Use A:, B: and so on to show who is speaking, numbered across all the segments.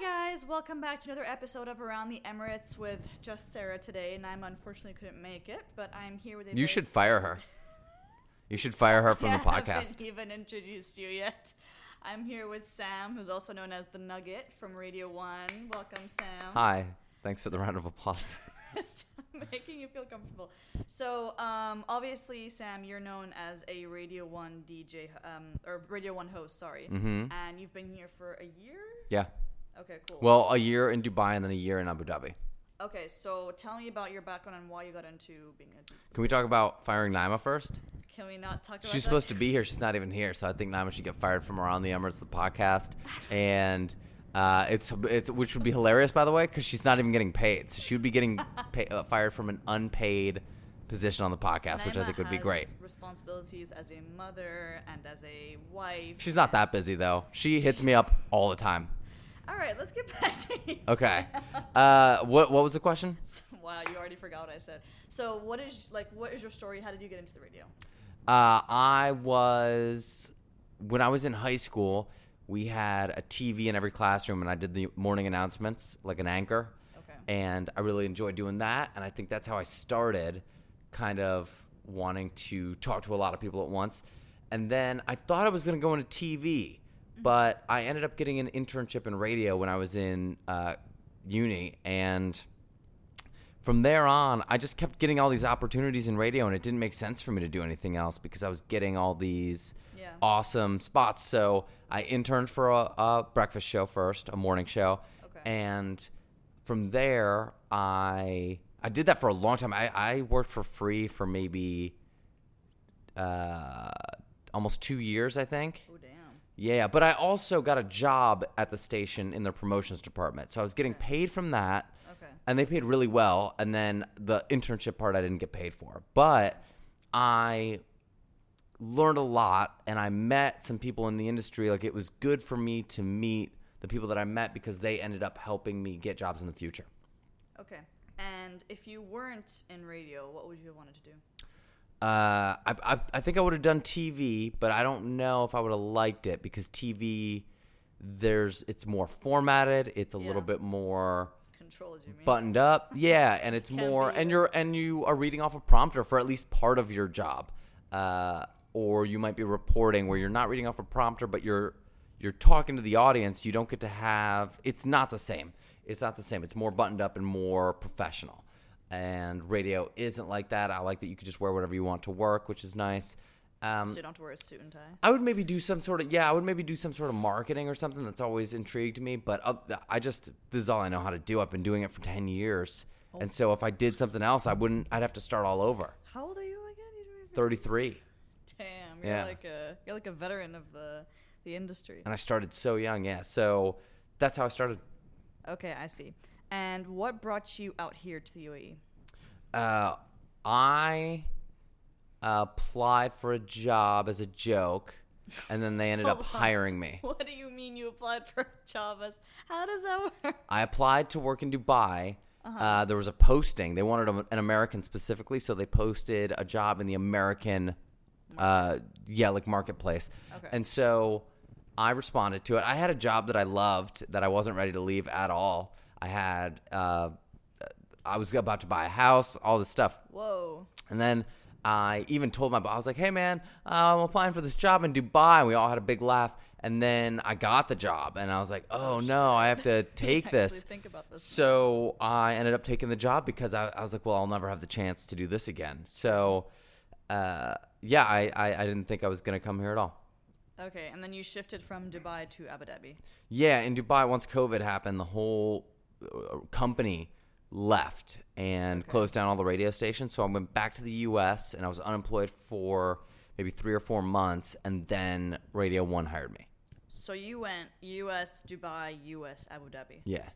A: guys, welcome back to another episode of Around the Emirates with just Sarah today, and I unfortunately couldn't make it, but I'm here with a
B: You
A: very
B: should fire her. You should fire her from
A: Yeah,
B: the
A: I
B: podcast.
A: haven't even introduced you yet. I'm here with Sam, who's also known as the Nugget from Radio One. Welcome, Sam.
B: Hi. Thanks for the round of applause.
A: Making you feel comfortable. So, um, obviously, Sam, you're known as a Radio One DJ, um, or Radio One host, sorry,
B: hmm
A: and you've been here for a year.
B: Yeah.
A: Okay, cool.
B: Well, a year in Dubai and then a year in Abu Dhabi.
A: okay, so tell me about your background and why you got into being a. DJ.
B: Can we talk about firing Naima first?
A: Can we not talk about?
B: She's
A: that?
B: supposed to be here. She's not even here. So I think Naima should get fired from Around the Emirates, the podcast. And uh, it's, it's which would be hilarious, by the way, because she's not even getting paid. So she would be getting pay, uh, fired from an unpaid position on the podcast, which I
A: Naima
B: think would be
A: has
B: great.
A: Responsibilities as a mother and as a wife.
B: She's not that busy, though. She hits me up all the time.
A: All right, let's get back to you.
B: Okay.
A: Sam.
B: Uh, what what was the question?
A: wow, you already forgot what I said. So, what is like what is your story? How did you get into the radio?
B: Uh, I was when I was in high school. We had a TV in every classroom, and I did the morning announcements like an anchor.
A: Okay.
B: And I really enjoyed doing that, and I think that's how I started, kind of wanting to talk to a lot of people at once. And then I thought I was going to go into TV, but I ended up getting an internship in radio when I was in uh, uni, and from there on, I just kept getting all these opportunities in radio, and it didn't make sense for me to do anything else because I was getting all these
A: Yeah.
B: awesome spots. So I interned for a, a breakfast show first, a morning show,
A: Okay.
B: and from there, I I did that for a long time. I, I worked for free for maybe uh, almost two years, I think.
A: Oh damn.
B: Yeah, but I also got a job at the station in their promotions department, so I was getting paid from that
A: Okay.
B: and they paid really well and then the internship part i didn't get paid for but i learned a lot and i met some people in the industry like it was good for me to meet the people that i met because they ended up helping me get jobs in the future
A: Okay. And if you weren't in radio, what would you have wanted to do?
B: uh, I, I, I think i would have done tv but i don't know if i would have liked it because tv there's it's more formatted it's a
A: Yeah.
B: little bit more
A: Control, do you mean?
B: buttoned up yeah and it's
A: Can't
B: more
A: believe
B: and
A: it.
B: you're and you are reading off a prompter for at least part of your job uh, or you might be reporting where you're not reading off a prompter but you're you're talking to the audience you don't get to have it's not the same it's not the same it's more buttoned up and more professional and radio isn't like that i like that you can just wear whatever you want to work which is nice um,
A: so you don't have to wear a suit and tie.
B: I would maybe do some sort of yeah. I would maybe do some sort of marketing or something that's always intrigued me. But uh, I just this is all I know how to do. I've been doing it for ten years, and so if I did something else, I wouldn't. I'd have to start all over.
A: How old are you again? You don't even-
B: Thirty three,
A: Damn, you're
B: Yeah.
A: like a you're like a veteran of the the industry.
B: and I started so young. Yeah, so that's how I started.
A: Okay, I see. And what brought you out here to the E? UAE?
B: Uh, I applied for a job as a joke, and then they ended up
A: Hold on.
B: hiring me.
A: What do you mean you applied for a job as? How does that work?
B: I applied to work in Dubai. uh there was a posting. They wanted a, an American specifically, so they posted a job in the American, uh, yeah, like marketplace.
A: Okay.
B: And so I responded to it. I had a job that I loved that I wasn't ready to leave at all. I had, uh, I was about to buy a house, all this stuff.
A: Whoa.
B: And then I even told my boss, I was like, hey, man, uh, I'm applying for this job in Dubai. And we all had a big laugh. And then I got the job. And I was like, oh, no, I have to take
A: Actually
B: this.
A: think about this.
B: So I ended up taking the job because I, I was like, well, I'll never have the chance to do this again. So, uh, yeah, I, I, I didn't think I was going to come here at all.
A: Okay, and then you shifted from Dubai to Abu Dhabi.
B: Yeah, in Dubai, once COVID happened, the whole uh, company left and closed down all the radio stations. So I went back to the U.S. and I was unemployed for maybe three or four months, and then Radio One hired me.
A: So you went U.S. Dubai, U.S. Abu Dhabi.
B: Yeah,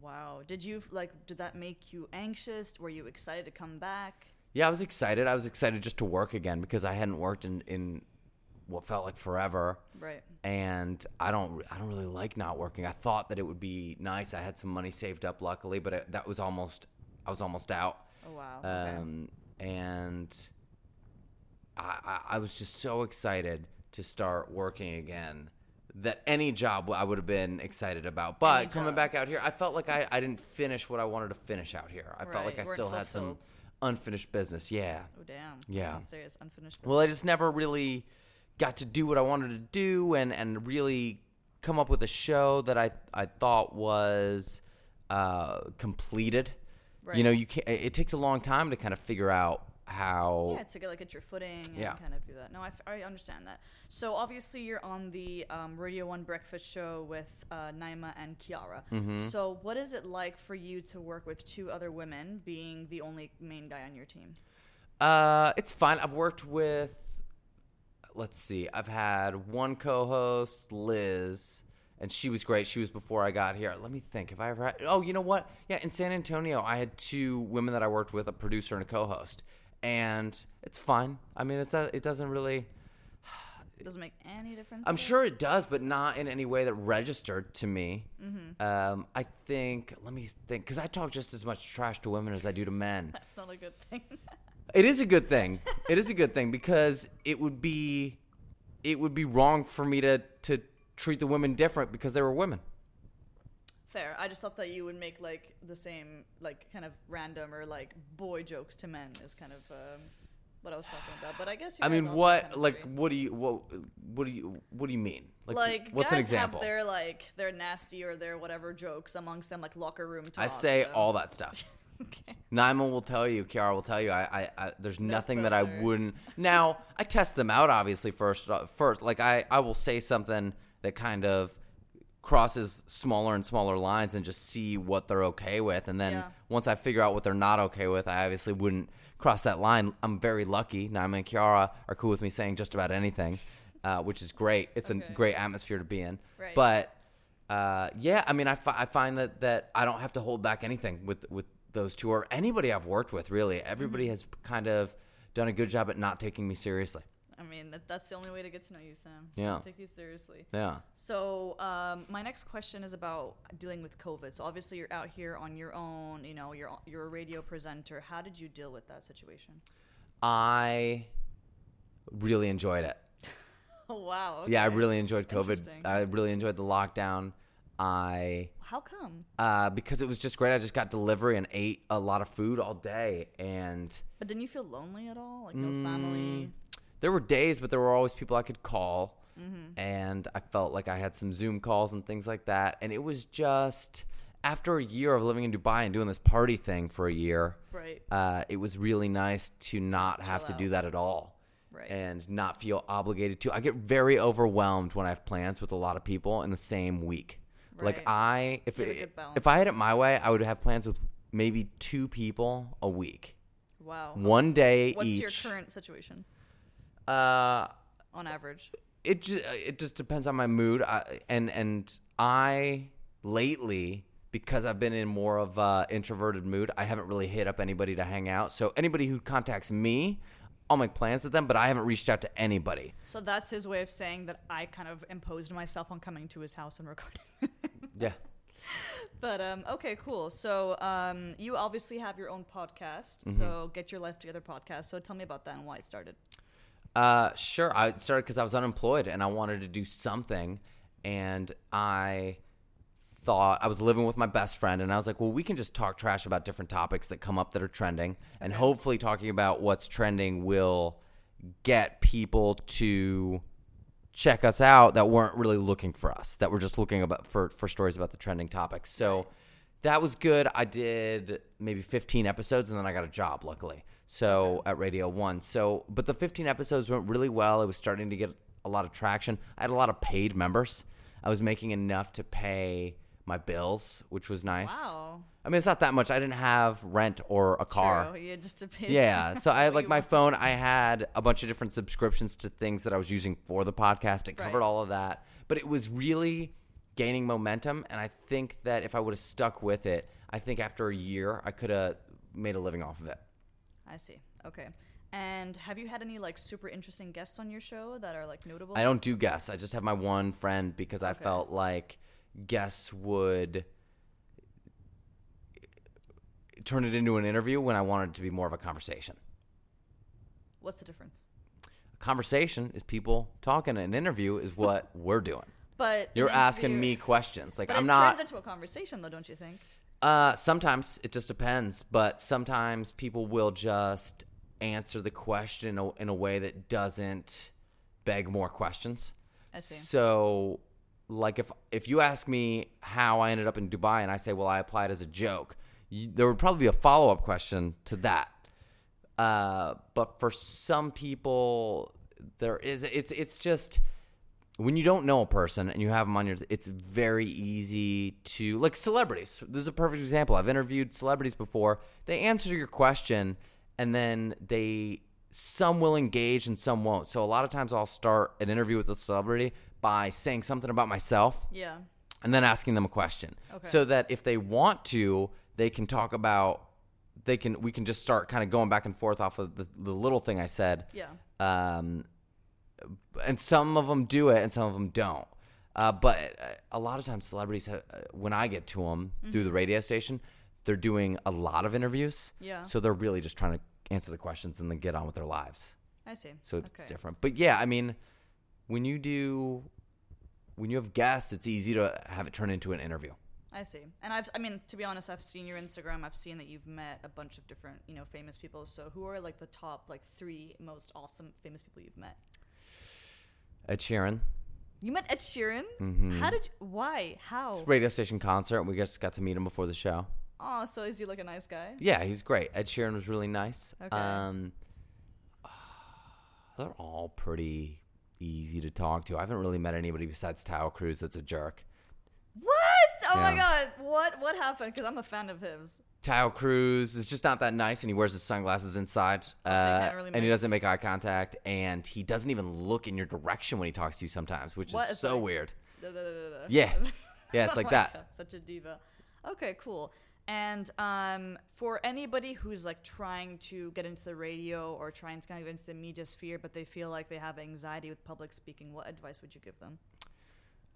A: Wow. Did you like? Did that make you anxious? Were you excited to come back?
B: yeah, I was excited. I was excited just to work again because I hadn't worked in in what felt like forever.
A: Right.
B: and I don't I don't really like not working. I thought that it would be nice. I had some money saved up, luckily, but it, that was almost I was almost out.
A: Oh wow. okay.
B: Um, and I, I I was just so excited to start working again that any job I would have been excited about. But
A: Any
B: coming
A: job.
B: back out here, I felt like I, I didn't finish what I wanted to finish out here. I felt
A: Right,
B: like I
A: weren't
B: still had some
A: fulfilled.
B: unfinished business. Yeah.
A: Oh damn. That
B: Yeah.
A: sounds serious unfinished.
B: Well, I just never really got to do what I wanted to do and, and really come up with a show that I, I thought was uh, completed.
A: Right.
B: You know, you can not it takes a long time to kind of figure out how
A: yeah to get like at your footing and
B: Yeah.
A: kind of do that no I, f- I understand that so obviously you're on the um, radio one breakfast show with uh, naima and kiara
B: Mm-hmm.
A: so what is it like for you to work with two other women being the only main guy on your team
B: Uh, it's fine. I've worked with. Let's see. I've had one co-host, Liz, and she was great. She was before I got here. Let me think. Have I ever had? Oh, you know what? Yeah, in San Antonio, I had two women that I worked with, a producer and a co-host, and it's fine. I mean, it's not, it doesn't really.
A: it doesn't make any difference
B: I'm
A: to you?
B: sure it does, but not in any way that registered to me. Um, I think. Let me think, because I talk just as much trash to women as I do to men.
A: that's not a good thing
B: It is a good thing. It is a good thing because it would be it would be wrong for me to to treat the women different because they were women.
A: fair i just thought that you would make like the same like kind of random or like boy jokes to men is kind of um, what i was talking about but i guess you
B: I
A: guys all
B: mean,
A: have
B: what
A: chemistry.
B: like what do you what what do you what do you mean?
A: like
B: what's
A: guys
B: an example?
A: have their like their nasty or their whatever jokes amongst them like locker room talk.
B: I say
A: so-
B: all that stuff.
A: okay.
B: Naima will tell you, Kiara will tell you. I, I, I there's nothing that I
A: filter.
B: wouldn't. Now I test them out, obviously. First, uh, first, like I, I will say something that kind of crosses smaller and smaller lines, and just see what they're okay with. And then
A: Yeah.
B: once I figure out what they're not okay with, I obviously wouldn't cross that line. I'm very lucky. Naima and Kiara are cool with me saying just about anything, uh, which is great. It's
A: Okay.
B: a great atmosphere to be in.
A: Right.
B: But uh, yeah, I mean, I, fi- I find that that I don't have to hold back anything with with those two or anybody I've worked with. Really, everybody
A: Mm-hmm.
B: has kind of done a good job at not taking me seriously.
A: I mean that, that's the only way to get to know you, Sam. Just
B: Yeah.
A: Don't take you seriously.
B: Yeah.
A: So um, my next question is about dealing with COVID. So obviously you're out here on your own. You know, you're you're a radio presenter. How did you deal with that situation?
B: I really enjoyed it.
A: Oh wow.
B: Yeah, I
A: okay.
B: really enjoyed COVID.
A: Interesting.
B: I really enjoyed the lockdown. I
A: How come?
B: uh, because it was just great. I just got delivery and ate a lot of food all day, and
A: But didn't you feel lonely at all? Like no family.
B: Mm. there were days, but there were always people I could call,
A: Mm-hmm.
B: and I felt like I had some Zoom calls and things like that. And it was just after a year of living in Dubai and doing this party thing for a year,
A: Right.
B: uh, it was really nice to not have to
A: Chill
B: do
A: out.
B: that at all.
A: Right.
B: And not feel obligated to. I get very overwhelmed when I have plans with a lot of people in the same week. Like
A: Right.
B: I, if
A: Get a
B: it,
A: good balance.
B: if I had it my way, I would have plans with maybe two people a week,
A: wow.
B: one day
A: What's
B: each.
A: your current situation
B: Uh,
A: on average?
B: it just it just depends on my mood I, and and I lately because I've been in more of a introverted mood I haven't really hit up anybody to hang out so anybody who contacts me I'll make plans with them but I haven't reached out to anybody
A: So that's his way of saying that I kind of imposed myself on coming to his house and recording.
B: yeah
A: But um, okay, cool. So um, you obviously have your own podcast.
B: Mm-hmm.
A: So get your life together podcast. So tell me about that and why it started.
B: Uh, sure. I started because I was unemployed and I wanted to do something. And I thought I was living with my best friend, and I was like, well, we can just talk trash about different topics that come up that are trending. And hopefully, talking about what's trending will get people to check us out that weren't really looking for us, that were just looking about for, for stories about the trending topics. So that was good. I did maybe 15 episodes and then I got a job, luckily. So at Radio One. So, but the 15 episodes went really well. It was starting to get a lot of traction. I had a lot of paid members. I was making enough to pay my bills, which was nice.
A: Wow.
B: I mean, it's not that much. I didn't have rent or a car.
A: True. Yeah, just to pay.
B: Yeah. So I had like
A: you
B: my phone. I had a bunch of different subscriptions to things that I was using for the podcast. It covered
A: Right.
B: all of that, but it was really gaining momentum. And I think that if I would have stuck with it, I think after a year I could have made a living off of it.
A: I see. Okay. And have you had any like super interesting guests on your show that are like notable?
B: I don't do guests. I just have my one friend because I
A: Okay.
B: felt like guests would turn it into an interview when I wanted it to be more of a conversation.
A: What's the difference?
B: A conversation is people talking. An interview is what we're doing.
A: But
B: You're
A: an
B: asking
A: interview-
B: me questions. Like
A: But
B: I'm
A: it
B: not.
A: turns into a conversation, though, don't you think?
B: Uh, sometimes it just depends, but sometimes people will just answer the question in a, in a way that doesn't beg more questions.
A: I see.
B: So, like if if you ask me how I ended up in Dubai and I say, "Well, I applied as a joke," you, there would probably be a follow up question to that. Uh, but for some people, there is it's it's just when you don't know a person and you have them on your it's very easy to like celebrities this is a perfect example i've interviewed celebrities before they answer your question and then they some will engage and some won't so a lot of times i'll start an interview with a celebrity by saying something about myself
A: Yeah.
B: and then asking them a question
A: Okay.
B: so that if they want to they can talk about they can we can just start kind of going back and forth off of the, the little thing i said
A: Yeah.
B: um, and some of them do it and some of them don't uh, but uh, a lot of times celebrities have, uh, when i get to them through the radio station they're doing a lot of interviews
A: Yeah.
B: so they're really just trying to answer the questions and then get on with their lives
A: I see.
B: so it's different but yeah i mean when you do when you have guests it's easy to have it turn into an interview
A: I see. And I've, I mean, to be honest, I've seen your Instagram. I've seen that you've met a bunch of different, you know, famous people. So who are like the top, like three most awesome famous people you've met?
B: Ed Sheeran,
A: You met Ed Sheeran. How did? You, why? How?
B: radio station concert. We just got to meet him before the show.
A: Oh, so is he like a nice guy?
B: Yeah, he was great. Ed Sheeran was really nice.
A: Okay.
B: Um, they're all pretty easy to talk to. I haven't really met anybody besides Tao Cruz that's a jerk.
A: What? Oh my
B: Yeah.
A: god! What? What happened? Because I'm a fan of his.
B: Tao Cruz is just not that nice, and he wears his sunglasses inside, uh,
A: can't really
B: and he
A: make-
B: doesn't make eye contact, and he doesn't even look in your direction when he talks to you sometimes, which
A: What?
B: is
A: It's
B: so
A: like-
B: weird.
A: Da, da, da, da, da.
B: Yeah. Yeah, it's
A: Oh
B: like
A: my
B: that.
A: God, such a diva. Okay, cool. And um, for anybody who's like trying to get into the radio or trying to kind of get into the media sphere, but they feel like they have anxiety with public speaking, what advice would you give them?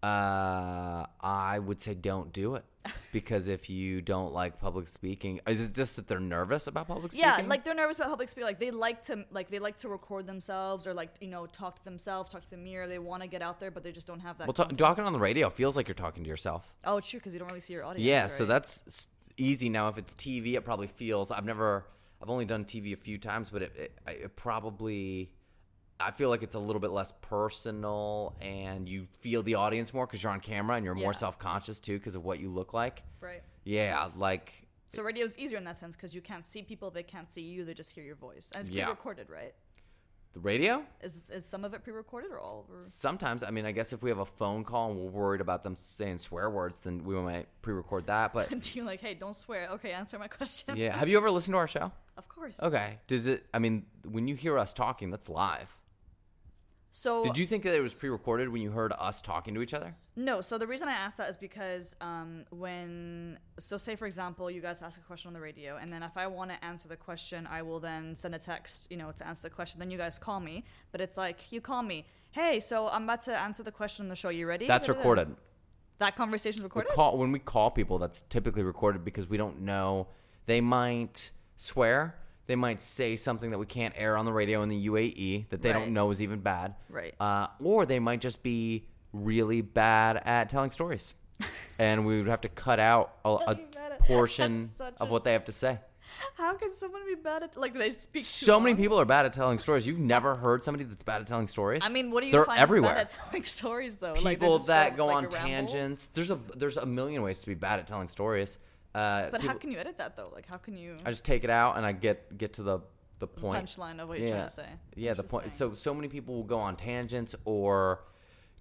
B: Uh, I would say don't do it because if you don't like public speaking, is it just that they're nervous about public speaking?
A: Yeah, like they're nervous about public speaking. Like they like to like they like to record themselves or like you know talk to themselves, talk to the mirror. They want to get out there, but they just don't have that.
B: well, ta-
A: confidence.
B: talking on the radio feels like you're talking to yourself.
A: oh, true, because you don't really see your audience.
B: yeah, so
A: right?
B: that's s- easy now. If it's TV, it probably feels. I've never, I've only done TV a few times, but it, it, I- it probably, I feel like it's a little bit less personal, and you feel the audience more because you're on camera and you're more
A: Yeah.
B: self conscious too because of what you look like.
A: right.
B: Yeah, like
A: So radio is easier in that sense because you can't see people, they can't see you, they just hear your voice, and it's
B: Yeah.
A: pre-recorded, right?
B: the radio.
A: Is is some of it pre-recorded or all? Or?
B: Sometimes, I mean, I guess if we have a phone call and we're worried about them saying swear words, then we might pre-record that. But
A: Do you like, hey, don't swear? Okay, answer my question.
B: yeah, have you ever listened to our show?
A: of course.
B: Okay, does it? I mean, when you hear us talking, that's live.
A: So
B: Did you think that it was pre-recorded when you heard us talking to each other?
A: No, so the reason I asked that is because um, when, so say for example, you guys ask a question on the radio, and then if I want to answer the question, I will then send a text, you know, to answer the question. Then you guys call me, but it's like you call me, hey, so I'm about to answer the question on the show. You ready?
B: That's
A: Da-da-da.
B: recorded.
A: That conversation's
B: We
A: recorded.
B: call when we call people. That's typically recorded because we don't know. They might swear. They might say something that we can't air on the radio in the UAE that they
A: Right.
B: don't know is even bad.
A: Right.
B: Uh, or they might just be really bad at telling stories, and we would have to cut out a, a
A: Really bad at-
B: portion
A: That's such
B: of
A: a-
B: what they have to say.
A: How can someone be bad at like they speak? too
B: So many
A: long?
B: people are bad at telling stories. You've never heard somebody that's bad at telling stories.
A: I mean, what do you
B: They're
A: find
B: everywhere.
A: is bad at telling stories though? Like, they're
B: people
A: just
B: that go
A: like,
B: on
A: a ramble?
B: tangents. There's a there's a million ways to be bad at telling stories. Uh,
A: But how
B: people-
A: can you edit that though? Like, how can you
B: I just take it out and I get get to the the point.
A: punchline of what you're
B: yeah,
A: trying to say?
B: yeah, the point.
A: Interesting.
B: So so many people will go on tangents or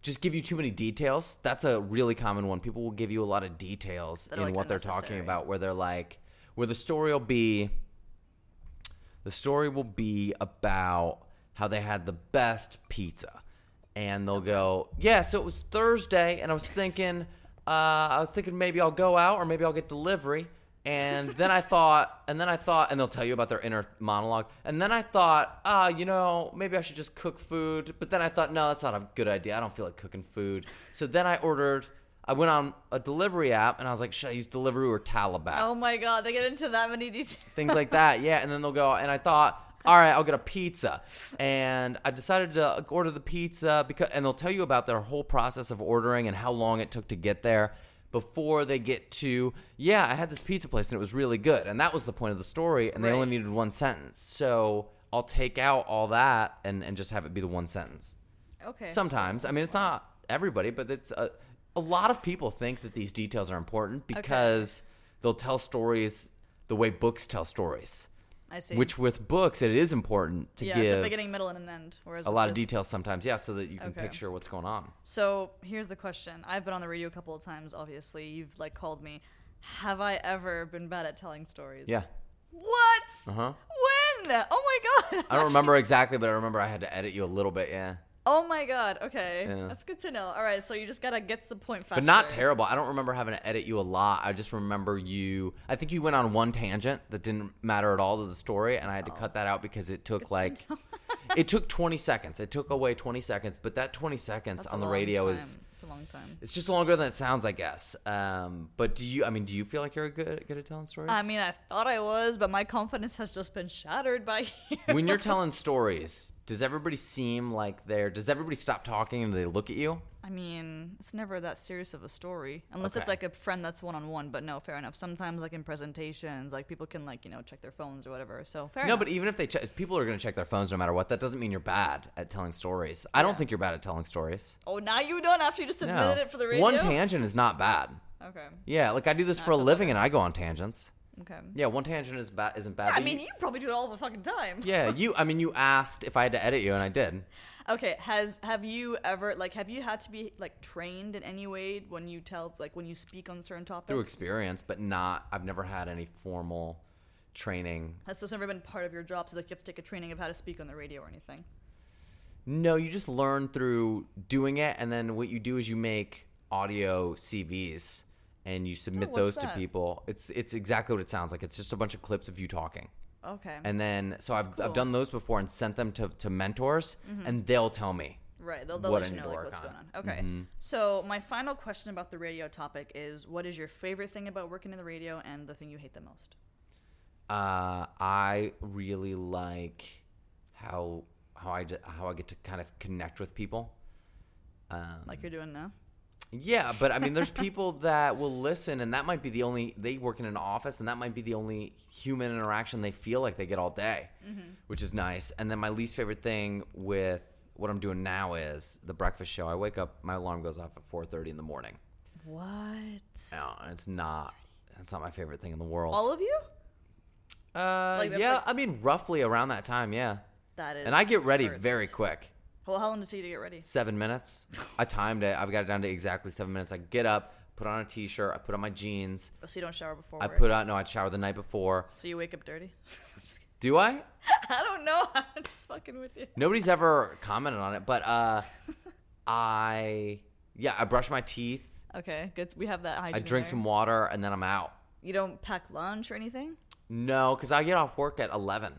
B: just give you too many details. That's a really common one. People will give you a lot of details
A: That are,
B: in
A: like,
B: what they're talking
A: unnecessary.
B: about, where they're like, where the story will be. The story will be about how they had the best pizza. And they'll go, yeah, so it was Thursday, and I was thinking, uh, I was thinking maybe I'll go out or maybe I'll get delivery. And then I thought, and then I thought, and they'll tell you about their inner monologue. And then I thought, ah, you know, maybe I should just cook food. But then I thought, no, that's not a good idea. I don't feel like cooking food. So then I ordered, I went on a delivery app, and I was like, should I use Deliveroo or Talabat?
A: Oh my god, they get into that many details.
B: things like that. Yeah, and then they'll go. And I thought all right, I'll get a pizza. And I decided to order the pizza because, and they'll tell you about their whole process of ordering and how long it took to get there before they get to, yeah, I had this pizza place and it was really good. And that was the point of the story. And they
A: Right.
B: only needed one sentence. So I'll take out all that and, and just have it be the one sentence.
A: Okay.
B: Sometimes. I mean, it's not everybody, but it's a, a lot of people think that these details are important because they'll tell stories the way books tell stories.
A: I see.
B: Which with books, it is important to
A: yeah, it's a
B: give
A: beginning, middle, and an end. Whereas
B: a
A: with
B: lot of
A: this-
B: details sometimes, yeah, so that you can
A: Okay.
B: picture what's going on.
A: So here's the question: I've been on the radio a couple of times. Obviously, you've like called me. Have I ever been bad at telling stories? What?
B: Uh huh.
A: When? Oh my god.
B: I don't remember exactly, but I remember I had to edit you a little bit, yeah.
A: Oh my god. Okay.
B: Yeah.
A: That's good to know. All right. So you just gotta get to the point faster.
B: But not terrible. I don't remember having to edit you a lot. I just remember you. I think you went on one tangent that didn't matter at all to the story, and I
A: Oh.
B: had to cut that out because it took like, it took 20 seconds. It took away 20 seconds, but that 20 seconds
A: That's a
B: on the
A: long
B: radio
A: time.
B: is
A: It's a long time.
B: it's just longer than it sounds, I guess. Um, but do you? I mean, do you feel like you're good good at telling stories?
A: I mean, I thought I was, but my confidence has just been shattered by you.
B: when you're telling stories, does everybody seem like they're? Does everybody stop talking and they look at you?
A: I mean, it's never that serious of a story, unless it's
B: Okay.
A: like a friend that's one on one. But no, fair enough. Sometimes, like in presentations, like people can like you know check their phones or whatever. So fair
B: No,
A: enough.
B: but even if they che- if people are going to check their phones no matter what, that doesn't mean you're bad at telling stories. I don't think you're bad at telling stories.
A: oh, now you don't after you just
B: No.
A: admitted it for the radio.
B: One tangent is not bad.
A: Okay.
B: Yeah, like I do this for a living and I go on tangents.
A: Okay.
B: Yeah, one tangent is ba- isn't bad.
A: I
B: but
A: mean, you probably do it all the fucking time.
B: yeah, you. I mean, you asked if I had to edit you, and I did.
A: Okay. Has have you ever like have you had to be like trained in any way when you tell like when you speak on certain topics?
B: Through experience, but not. I've never had any formal training
A: Has this never been part of your job? So like you have to take a training of how to speak on the radio or anything.
B: No, you just learn through doing it, and then what you do is you make audio CVs and you submit
A: Oh, what's
B: those to
A: that?
B: people. It's it's exactly what it sounds like. It's just a bunch of clips of you talking,
A: Okay.
B: and then so I've
A: cool. Mm-hmm.
B: I've done those before and sent them to to mentors, and they'll tell me.
A: Right, they'll, they'll
B: what
A: let
B: I
A: you
B: need
A: know
B: to
A: like
B: work
A: what's
B: on. Mm-hmm.
A: going on. Okay, so my final question about the radio topic is: What is your favorite thing about working in the radio, and the thing you hate the most?
B: Uh, I really like how how I d- how I get to kind of connect with people. Um,
A: Like you're doing now.
B: Yeah, but I mean, there's people that will listen, and that might be the only they work in an office, and that might be the only human interaction they feel like they get all day,
A: Mm-hmm.
B: which is nice. And then my least favorite thing with what I'm doing now is the breakfast show. I wake up, my alarm goes off at 4:30 in the morning.
A: What?
B: Now, and it's not. It's not my favorite thing in the world.
A: All of you?
B: uh,
A: like, that's
B: yeah,
A: like-
B: I mean, roughly around that time, yeah.
A: That is.
B: And I get ready
A: hurts.
B: very quick.
A: Well, how long does it take you to get ready?
B: seven minutes. I timed it. I've got it down to exactly seven minutes. I get up, put on a t-shirt, I put on my jeans.
A: Oh, so you don't shower before
B: I
A: work.
B: put on no, I'd shower the night before.
A: so you wake up dirty. I'm just kidding.
B: Do I?
A: I don't know. I'm just fucking with you.
B: Nobody's ever commented on it, but uh I yeah, I brush my teeth,
A: Okay, good. We have that hygiene.
B: I drink
A: there.
B: some water, and then I'm out.
A: You don't pack lunch or anything.
B: No, because I get off work at eleven.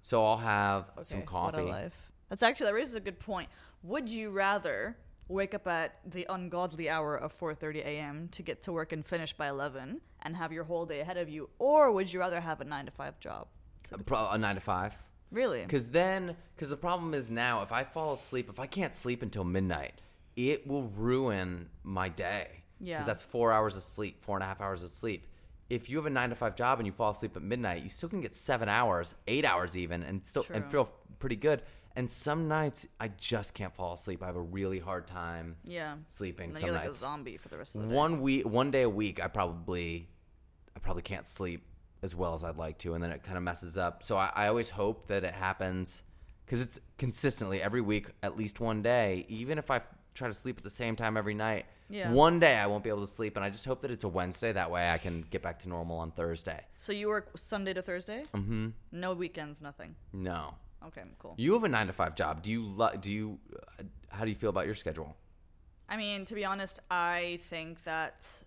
B: So I'll have some
A: Okay, what a
B: coffee.
A: life. That's actually that raises a good point. Would you rather wake up at the ungodly hour of 4:30 a.m. to get to work and finish by 11 and have your whole day ahead of you, or would you rather have a nine to five job?
B: A pro- a nine to five.
A: Really?
B: Because then, because the problem is now, if I fall asleep, if I can't sleep until midnight, it will ruin my day.
A: Yeah.
B: Because that's four hours of sleep, four and a half hours of sleep. If you have a nine to five job and you fall asleep at midnight, you still can get seven hours, eight hours even, and still and
A: True.
B: feel pretty good. And some nights I just can't fall asleep. I have a really hard time
A: Yeah.
B: sleeping.
A: And then
B: some
A: you're like a
B: nights.
A: zombie for the rest of the day.
B: one week, one day a week, I probably, I probably can't sleep as well as I'd like to, and then it kind of messes up. So I, I always hope that it happens because it's consistently every week, at least one day. Even if I try to sleep at the same time every night,
A: Yeah.
B: one day I won't be able to sleep, and I just hope that it's a Wednesday. That way, I can get back to normal on Thursday.
A: So you work Sunday to Thursday? Mm-hmm. No weekends, nothing.
B: No,
A: Okay, cool.
B: you have a nine to five job. Do you lo- do you? uh, How do you feel about your schedule?
A: I mean, to be honest, I think that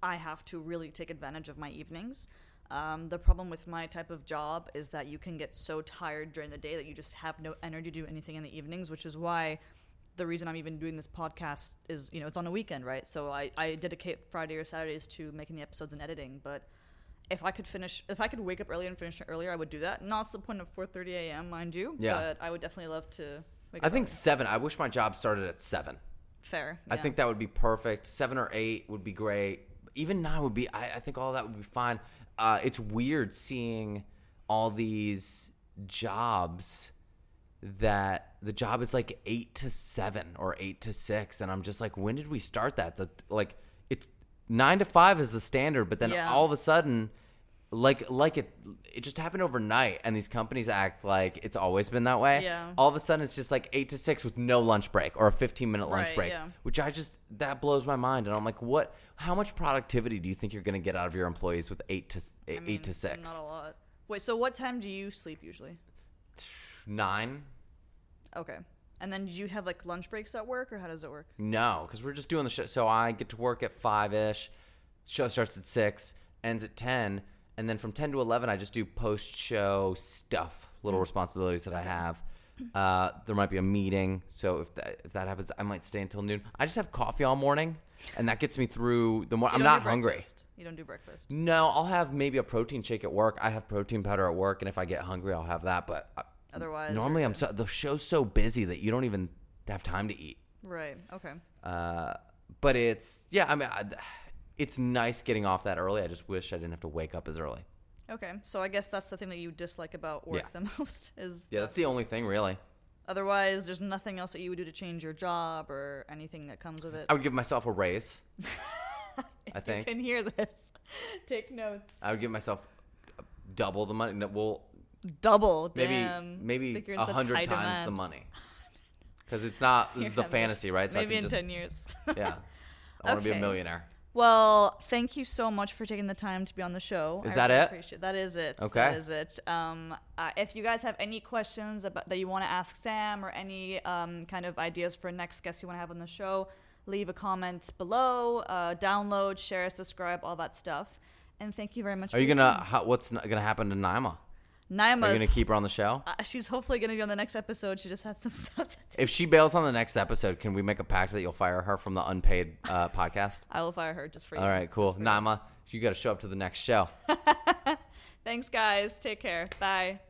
A: I have to really take advantage of my evenings. Um, the problem with my type of job is that you can get so tired during the day that you just have no energy to do anything in the evenings, which is why the reason I'm even doing this podcast is, you know, it's on a weekend, right? So I, I dedicate Friday or Saturdays to making the episodes and editing, but if I could finish, if I could wake up early and finish it earlier, I would do that. Not to the point of 4:30 a.m., mind you.
B: Yeah.
A: But I would definitely love to. Wake
B: I
A: up
B: think
A: early.
B: seven. I wish my job started at seven.
A: fair.
B: I
A: yeah.
B: think that would be perfect. Seven or eight would be great. Even nine would be. I, I think all that would be fine. Uh, it's weird seeing all these jobs that the job is like eight to seven or eight to six, and I'm just like, when did we start that? The like it's nine to five is the standard, but then
A: Yeah.
B: all of a sudden. Like, like it, it just happened overnight, and these companies act like it's always been that way.
A: Yeah.
B: All of a sudden, it's just like eight to six with no lunch break or a fifteen minute lunch
A: Right,
B: break,
A: yeah.
B: which I just that blows my mind. And I'm like, what? How much productivity do you think you're going to get out of your employees with eight to eight,
A: I mean,
B: eight to six,
A: Not a lot. Wait. So what time do you sleep usually?
B: nine?
A: Okay. And then do you have like lunch breaks at work, or how does it work?
B: No, because we're just doing the show. So I get to work at five ish. Show starts at six, ends at ten, and then from ten to eleven, I just do post show stuff, little
A: Mm.
B: responsibilities that I have. Uh, there might be a meeting, so if that, if that happens, I might stay until noon. I just have coffee all morning, and that gets me through the
A: So
B: morning.
A: you
B: I'm
A: don't do
B: not hungry.
A: breakfast. You don't do breakfast.
B: No, I'll have maybe a protein shake at work. I have protein powder at work, and if I get hungry, I'll have that. But uh,
A: Otherwise, you're
B: normally, I'm so the show's so busy that you don't even have time to eat.
A: Right. Okay.
B: Uh, but it's yeah, I mean, I, it's nice getting off that early. I just wish I didn't have to wake up as early.
A: Okay. So I guess that's the thing that you dislike about work
B: Yeah.
A: the most is
B: Yeah, that's the only thing really.
A: otherwise there's nothing else that you would do to change your job or anything that comes with it.
B: I would give myself a raise. I
A: If
B: think
A: You can hear this. Take notes.
B: I would give myself double the money. No, well,
A: Double.
B: maybe
A: damn. Think
B: maybe
A: you're in
B: a
A: such
B: hundred
A: high
B: times the
A: demand.
B: money. Because it's not this is a
A: Yeah,
B: fantasy, right? So
A: maybe
B: I
A: in
B: can just,
A: ten years.
B: yeah, I want to be
A: Okay.
B: a millionaire.
A: Well, thank you so much for taking the time to be on the show.
B: Is
A: I
B: that
A: really
B: it?
A: Appreciate that is it.
B: Okay.
A: That is it. Um, uh, if you guys have any questions about that you want to ask Sam or any um, kind of ideas for next guest you want to have on the show, leave a comment below. Uh, download, share, subscribe, all that stuff. And thank you very much.
B: Are
A: for
B: you
A: your
B: gonna?
A: time.
B: How, what's n- gonna happen to Naima? Are you
A: Naima's?
B: gonna keep her on the show?
A: uh, she's hopefully gonna be on the next episode. She just had some stuff. To do.
B: If she bails on the next episode, can we make a pact that you'll fire her from the unpaid uh, podcast?
A: I will fire her just for you.
B: All right, cool. Naima, you got to show up to the next show.
A: Thanks, guys. Take care. Bye.